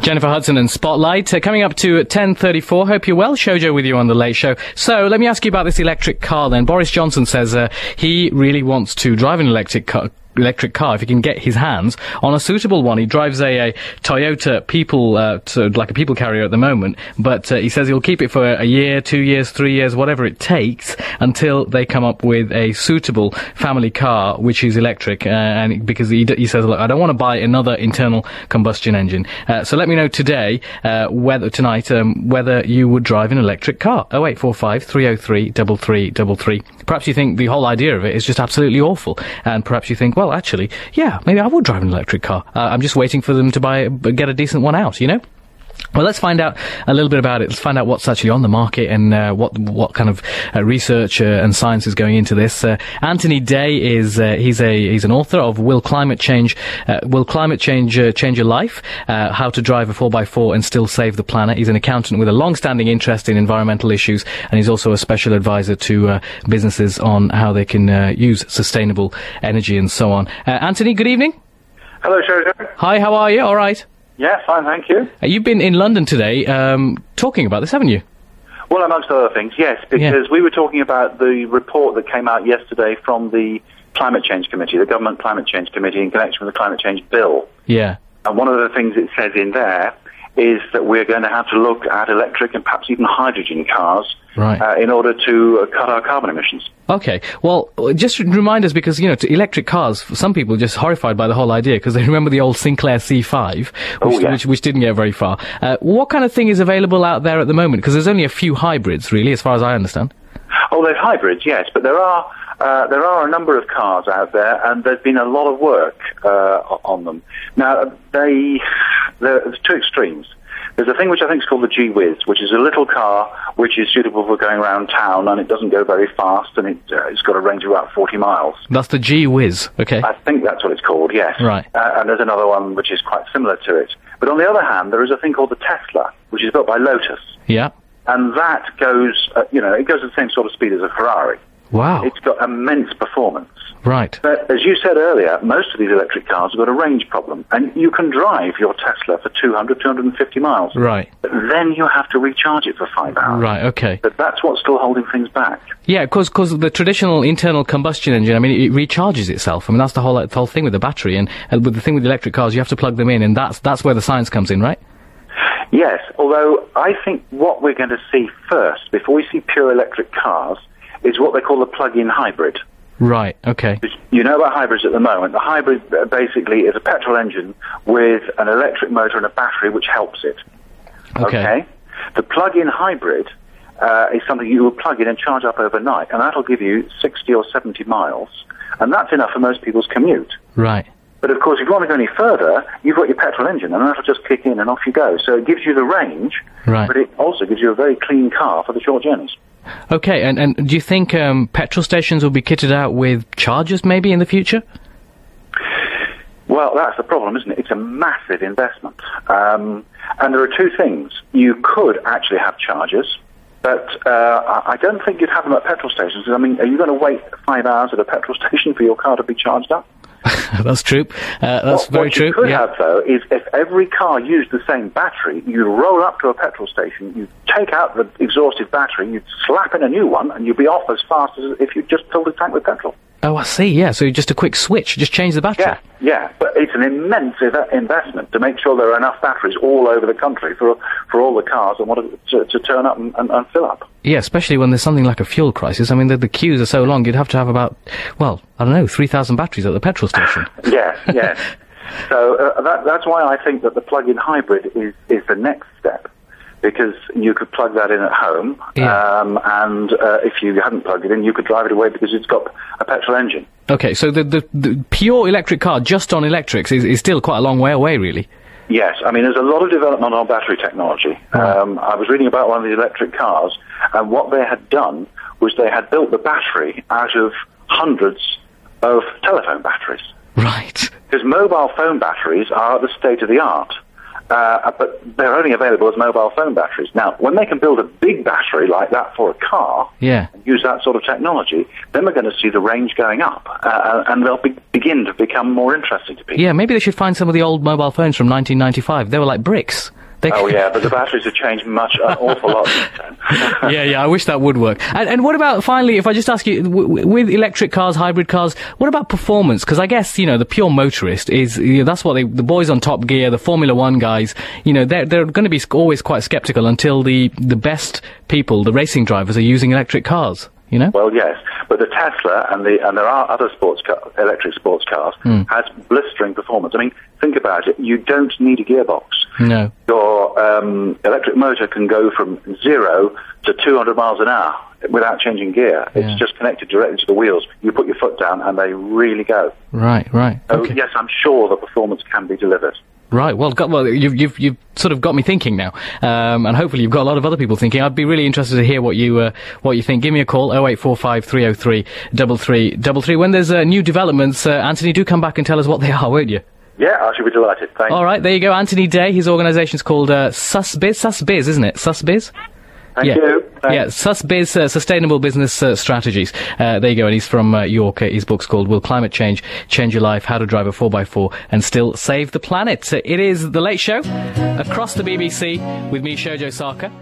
Jennifer Hudson and Spotlight. Uh, coming up to 10.34. Hope you're well. Shoujo with you on The Late Show. So let me ask you about this electric car then. Boris Johnson says uh, he really wants to drive an electric car electric car if he can get his hands on a suitable one. He drives a, a Toyota people, uh, to, like a people carrier at the moment, but uh, he says he'll keep it for a year, two years, three years, whatever it takes until they come up with a suitable family car which is electric. Uh, and because he, d- he says, look, I don't want to buy another internal combustion engine. Uh, so let me know today, uh, whether tonight, um, whether you would drive an electric car. 0845 303 3333. Perhaps you think the whole idea of it is just absolutely awful, and perhaps you think, well, actually, yeah, maybe I would drive an electric car. Uh, I'm just waiting for them to buy, get a decent one out, you know. Well, let's find out a little bit about it. Let's find out what's actually on the market and uh, what what kind of uh, research uh, and science is going into this. Uh, Anthony Day is uh, he's a he's an author of Will Climate Change uh, Will Climate Change uh, Change Your Life? Uh, How to Drive a 4x4 and Still Save the Planet. He's an accountant with a long-standing interest in environmental issues, and he's also a special advisor to uh, businesses on how they can uh, use sustainable energy and so on. Uh, Anthony, good evening. Hello, Sheridan. Hi, how are you? All right. Yeah, fine, thank you. Uh, You've been in London today um, talking about this, haven't you? Well, amongst other things, yes, because we were talking about the report that came out yesterday from the Climate Change Committee, the Government Climate Change Committee, in connection with the Climate Change Bill. Yeah. And one of the things it says in there is that we're going to have to look at electric and perhaps even hydrogen cars Right. uh, in order to uh, cut our carbon emissions. Okay. Well, uh, just remind us because you know, to electric cars. f- Some people are just horrified by the whole idea because they remember the old Sinclair C5, which, Oh, yeah. which, which didn't get very far. Uh, what kind of thing is available out there at the moment? Because there's only a few hybrids, really, as far as I understand. Oh, they're hybrids, yes, but there are uh, there are a number of cars out there, and there's been a lot of work uh, o- on them. Now, they there's two extremes. There's a thing which I think is called the G Wiz, which is a little car which is suitable for going around town, and it doesn't go very fast, and it, uh, it's got a range of about 40 miles. That's the G Whiz. Okay. I think that's what it's called, yes. Right. Uh, and there's another one which is quite similar to it. But on the other hand, there is a thing called the Tesla, which is built by Lotus, yeah. and that goes, uh, you know, it goes at the same sort of speed as a Ferrari. Wow. It's got immense performance. Right. But as you said earlier, most of these electric cars have got a range problem, and you can drive your Tesla for 200, 250 miles. Right. But then you have to recharge it for five hours. Right. Okay. But that's what's still holding things back. Yeah, because the traditional internal combustion engine, I mean, it, it recharges itself. I mean, that's the whole the whole thing with the battery, and, and with the thing with the electric cars, you have to plug them in, and that's that's where the science comes in, right? Yes, although I think what we're going to see first, before we see pure electric cars, is what they call the plug-in hybrid. Right. Okay. You know about hybrids at the moment. The hybrid uh, basically is a petrol engine with an electric motor and a battery which helps it. Okay. The plug-in hybrid uh, is something you will plug in and charge up overnight, and that'll give you 60 or 70 miles, and that's enough for most people's commute. Right. But of course, if you want to go any further, you've got your petrol engine, and that'll just kick in and off you go. So it gives you the range, Right. but it also gives you a very clean car for the short journeys. Okay. And and do you think um, petrol stations will be kitted out with chargers maybe in the future? Well, that's the problem, isn't it? It's a massive investment. Um, and there are two things. You could actually have chargers, but uh, I I don't think you'd have them at petrol stations. I mean, are you going to wait five hours at a petrol station for your car to be charged up? that's true. Uh, that's what, very what true. you could yeah. have, though, is if every car used the same battery, you'd roll up to a petrol station, you'd take out the exhausted battery, you'd slap in a new one, and you'd be off as fast as if you just filled the tank with petrol. Oh, I see. Yeah. So just a quick switch, just change the battery. Yeah, yeah, but it's an immense ev- investment to make sure there are enough batteries all over the country for for all the cars and want to, to turn up and, and, and fill up. Yeah, especially when there's something like a fuel crisis. I mean, the, the queues are so long, you'd have to have about, well, I don't know, 3,000 batteries at the petrol station. Yes, yes. so uh, that, that's why I think that the plug-in hybrid is is the next step. Because you could plug that in at home, Yeah. um, and uh, if you hadn't plugged it in, you could drive it away because it's got a petrol engine. Okay, so the, the, the pure electric car just on electrics is, is still quite a long way away, really. Yes, I mean, there's a lot of development on battery technology. Um, I was reading about one of these electric cars, and what they had done was they had built the battery out of hundreds of telephone batteries. Right. Because mobile phone batteries are the state of the art, uh, but they're only available as mobile phone batteries. Now, when they can build a big battery like that for a car, Yeah. and use that sort of technology, then we're going to see the range going up, uh, and they'll be, begin to become more interesting to people. Yeah, maybe they should find some of the old mobile phones from 1995. They were like bricks. They Oh can- yeah, but the batteries have changed much, an awful lot. since then. yeah, yeah. I wish that would work. And, and what about finally? If I just ask you, w- w- with electric cars, hybrid cars, what about performance? Because I guess you know the pure motorist is you know, that's what they, the boys on Top Gear, the Formula One guys, you know, they're they're going to be sc- always quite skeptical until the the best people, the racing drivers, are using electric cars. You know. Well, yes, but the Tesla and the and there are other sports car, electric sports cars Hmm. has blistering performance. I mean, think about it. You don't need a gearbox. No. Your um, electric motor can go from zero to 200 miles an hour without changing gear. Yeah. It's just connected directly to the wheels. You put your foot down and they really go. Right. Right. So, Okay. yes, I'm sure the performance can be delivered. Right. Well, got, well, you've you've you've sort of got me thinking now, um, and hopefully you've got a lot of other people thinking. I'd be really interested to hear what you uh, what you think. Give me a call 0845 303 3333. When there's uh, new developments, uh, Anthony, do come back and tell us what they are, won't you? Yeah, I should be delighted. Thank you. All right. There you go, Anthony Day. His organisation's called uh, Susbiz. Susbiz, isn't it? Susbiz. Thank yeah. you. Thanks. Yeah, SUSBiz, uh, Sustainable Business uh, Strategies. Uh, there you go, and he's from uh, York. Uh, his book's called Will Climate Change Change Your Life? How to Drive a 4x4 and Still Save the Planet. Uh, it is The Late Show across the BBC with me, Shojo Saka.